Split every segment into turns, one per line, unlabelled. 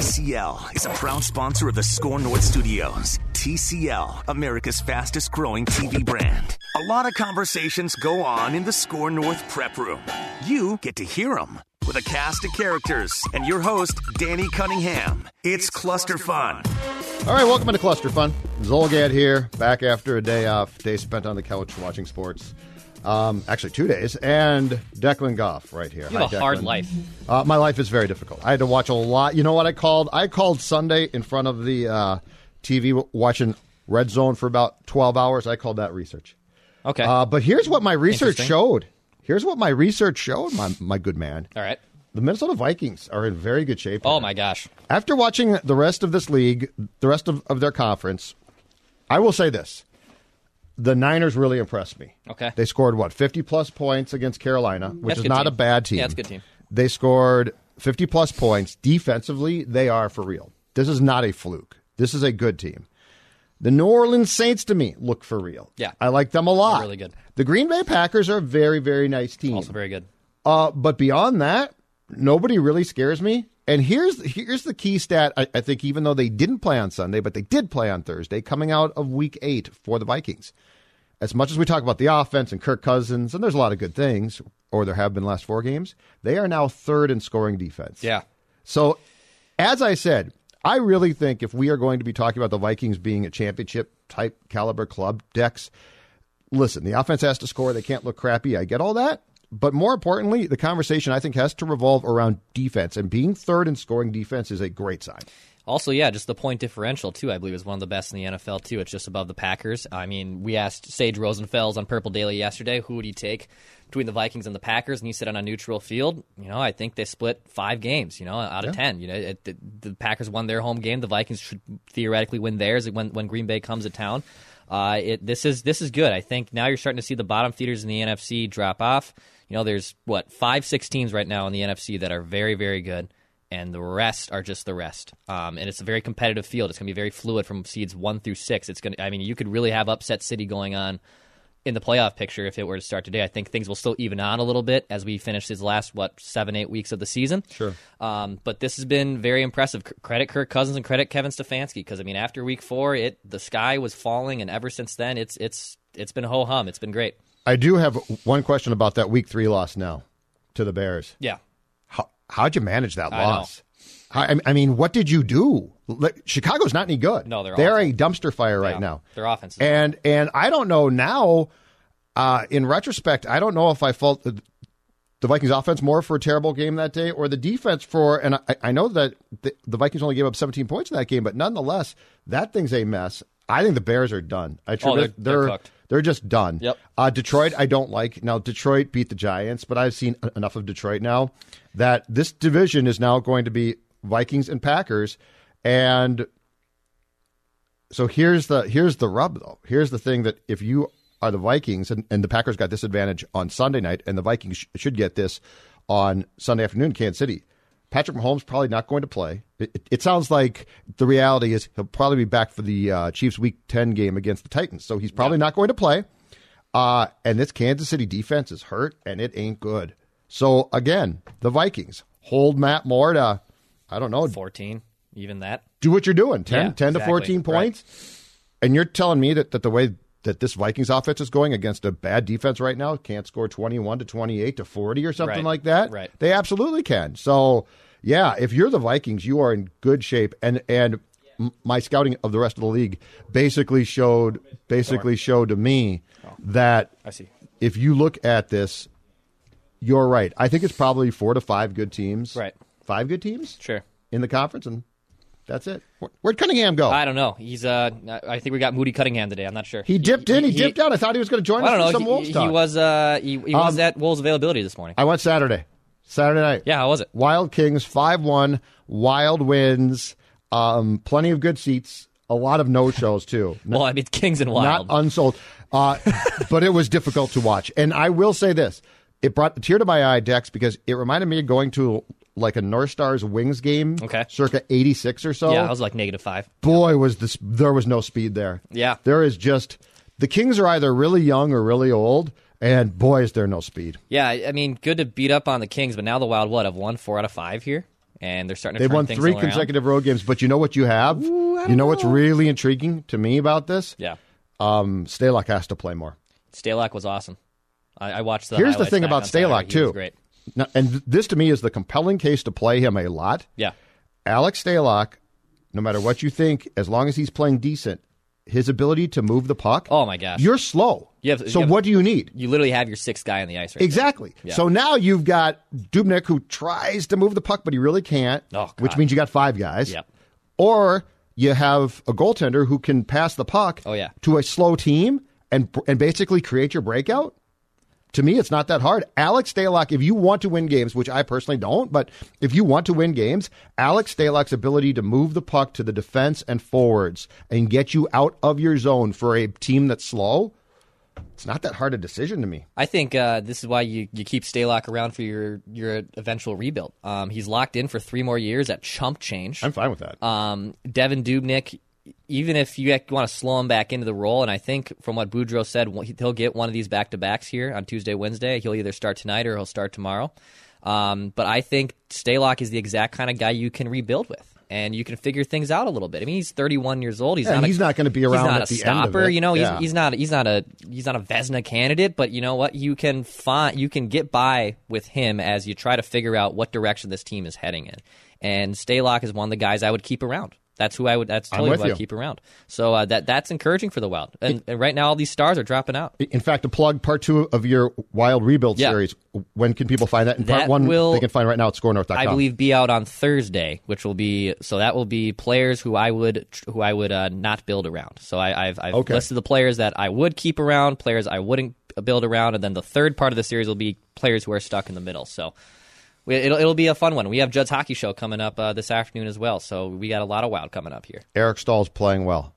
TCL is a proud sponsor of the Score North Studios. TCL, America's fastest growing TV brand. A lot of conversations go on in the Score North prep room. You get to hear them with a cast of characters and your host, Danny Cunningham. It's Cluster Fun.
All right, welcome into Cluster Fun. Zolgad here, back after a day off, day spent on the couch watching sports. Um, actually, two days, and Declan Goff right here.
You have
Hi,
a hard
Declan.
life.
Uh, my life is very difficult. I had to watch a lot. You know what I called? I called Sunday in front of the uh, TV w- watching Red Zone for about 12 hours. I called that research.
Okay.
Uh, but here's what my research
Interesting.
showed. Here's what my research showed, my, my good man.
All right.
The Minnesota Vikings are in very good shape.
Oh
here.
my gosh.
After watching the rest of this league, the rest of, of their conference, I will say this. The Niners really impressed me.
Okay.
They scored, what, 50 plus points against Carolina, which
That's
is
a good
not
team.
a bad team.
Yeah, it's a good team.
They scored 50 plus points. Defensively, they are for real. This is not a fluke. This is a good team. The New Orleans Saints, to me, look for real.
Yeah.
I like them a lot.
really good.
The Green Bay Packers are a very, very nice team.
Also very good.
Uh, but beyond that, nobody really scares me. And here's here's the key stat. I, I think even though they didn't play on Sunday, but they did play on Thursday, coming out of Week Eight for the Vikings. As much as we talk about the offense and Kirk Cousins, and there's a lot of good things, or there have been last four games, they are now third in scoring defense.
Yeah.
So, as I said, I really think if we are going to be talking about the Vikings being a championship type caliber club, Dex, listen, the offense has to score. They can't look crappy. I get all that. But more importantly, the conversation I think has to revolve around defense, and being third in scoring defense is a great sign.
Also, yeah, just the point differential too. I believe is one of the best in the NFL too. It's just above the Packers. I mean, we asked Sage Rosenfels on Purple Daily yesterday who would he take between the Vikings and the Packers, and he said on a neutral field, you know, I think they split five games, you know, out of ten. You know, it, the, the Packers won their home game. The Vikings should theoretically win theirs when when Green Bay comes to town. Uh, it, this is this is good. I think now you're starting to see the bottom feeders in the NFC drop off. You know, there's what five, six teams right now in the NFC that are very, very good and the rest are just the rest. Um, and it's a very competitive field. It's going to be very fluid from seeds one through six. It's going to, I mean, you could really have upset city going on in the playoff picture if it were to start today. I think things will still even out a little bit as we finish these last what seven, eight weeks of the season. Sure. Um, but this has been very impressive. C- Credit Kirk Cousins and credit Kevin Stefanski because I mean, after week four, it the sky was falling, and ever since then, it's it's it's been ho hum. It's been great.
I do have one question about that Week Three loss now to the Bears.
Yeah.
how, how'd you manage that
I
loss? I, I mean, what did you do? Like, Chicago's not any good.
No, they're
they're
awful.
a dumpster fire right
Yeah.
now.
Their offense is
and and I don't know now. Uh, in retrospect, I don't know if I fault the, the Vikings offense more for a terrible game that day or the defense for. And I, I know that the, the Vikings only gave up 17 points in that game, but nonetheless, that thing's a mess. I think the Bears are done. I
Oh, they're- they're
they're,
cooked.
they're just done.
Yep.
Uh, Detroit, I don't like. Now, Detroit beat the Giants, but I've seen en- enough of Detroit now that this division is now going to be Vikings and Packers. And so here's the here's the rub though. Here's the thing that if you are the Vikings and, and the Packers got this advantage on Sunday night, and the Vikings sh- should get this on Sunday afternoon, in Kansas City. Patrick Mahomes probably not going to play. It, it, it sounds like the reality is he'll probably be back for the uh, Chiefs Week Ten game against the Titans, so he's probably not going to play. Uh, and this Kansas City defense is hurt, and it ain't good. So again, the Vikings hold Matt Moore to, I don't know,
fourteen, even that.
do what you're doing 10,
Yeah,
10 to
exactly.
14 points and you're telling me that, that the way that this vikings offense is going against a bad defense right now can't score 21 to 28 to 40 or something
Right.
like that
Right.
they absolutely can so yeah if you're the vikings you are in good shape and and m- my scouting of the rest of the league basically showed basically showed to me that
Oh. I see.
if you look at this you're right i think it's probably four to five good teams
Right.
five good teams
Sure.
in the conference, and that's it. Where- Where'd Cunningham go?
I don't know. He's uh, I think we got Moody Cunningham today. I'm not sure.
he dipped in. He, dipped out. I thought he was going to join
I
us
don't know.
for some
he,
Wolves
he
talk. Um,
was uh, he, he was at Wolves availability this morning.
I went Saturday, Saturday night.
yeah, how was it?
Wild Kings five one. Wild wins. Um, plenty of good seats. A lot of no shows too.
Well, I mean, it's Kings and
Not
Wild.
unsold. Uh, but it was difficult to watch. And I will say this it brought a tear to my eye, Dex, because it reminded me of going to like a North Stars Wings game
Okay.
circa 86 or so.
yeah, I was like negative five.
boy was this there was no speed there
Yeah.
there is just the kings are either really young or really old and boy is there no speed
Yeah, I I mean, good to beat up on the Kings, but now the Wild what have won four out of five here. and they're starting to
They've
turn
won
things
three
all around.
consecutive road games, but you know what you have? you know, what's really intriguing to me about this?
Yeah,
Um, Stalock has to play more.
Stalock was awesome. I, Oh, I watched the.
Here's the
highlights
thing
back
about
on Saturday.
Stalock,
He was
too.
Great.
Now, and th- this to me is the compelling case to play him a lot.
Yeah.
Alex Stalock, no matter what you think, as long as he's playing decent, his ability to move the puck,
Oh my gosh.
you're slow.
You have-
so
you have-
what do you need?
you literally have your sixth guy on the ice right
Exactly. So now you've got Dubnik who tries to move the puck, but he really can't,
Oh, God.
which means you got five guys.
Yep.
Or you have a goaltender who can pass the puck
Oh, yeah.
to a slow team and and basically create your breakout. To me, it's not that hard. Alex Stalock, if you want to win games, which I personally don't, but if you want to win games, Alex Stalock's ability to move the puck to the defense and forwards and get you out of your zone for a team that's slow, it's not that hard a decision to me.
I think uh, this is why you, you keep Stalock around for your, your eventual rebuild. Um, he's locked in for three more years at chump change.
I'm fine with that.
Um, Devin Dubnik, even if you want to slow him back into the role, and I think from what Boudreaux said, wh- he'll get one of these back to backs here on Tuesday, Wednesday. He'll either start tonight or he'll start tomorrow. Um, but I think Stalock is the exact kind of guy you can rebuild with. And you can figure things out a little bit. I mean, he's 31 years old. He's
Yeah,
not. a-
he's not gonna be around
He's not
at
a
the end of
stopper.
it.
You know, he's,
Yeah.
he's not. He's not a. He's not a Vesna candidate. But you know what? You can find. You can get by with him as you try to figure out what direction this team is heading in. And Stalock is one of the guys I would keep around. That's who I would. That's
I'm
totally
with
who I
you.
keep around. So uh, that that's encouraging for the Wild. And, and right now, all these stars are dropping out.
In fact, to plug part two of your Wild Rebuild
Yeah.
series, when can people find that? And part
That
one,
will-
they can find right now at scorenorth.com.
I believe be out on Thursday, which will be so that will be players who I would who I would uh, not build around. So I, I've, I've
Okay.
listed the players that I would keep around, players I wouldn't build around, and then the third part of the series will be players who are stuck in the middle. So we- it'll it'll be a fun one. We have Judd's hockey show coming up uh, this afternoon as well. So we got a lot of wild coming up here.
Eric Stahl's playing well.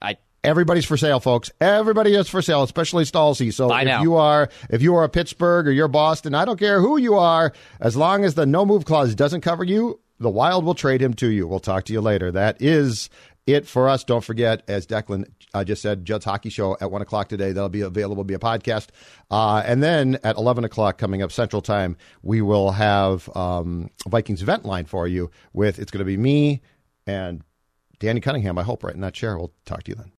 I
Everybody's for sale, folks. Everybody is for sale, especially Stalsy. So
Buy
if
now.
you are if you are a Pittsburgh or you're Boston, I don't care who you are, as long as the no move clause doesn't cover you, the Wild will trade him to you. We'll talk to you later. That is it for us. Don't forget, as Declan uh, just said, Judd's Hockey Show at one o'clock today. That'll be available via podcast, uh, and then at eleven o'clock coming up Central Time, we will have um, Vikings event line for you. With it's going to be me and Danny Cunningham. I hope right in that chair. We'll talk to you then.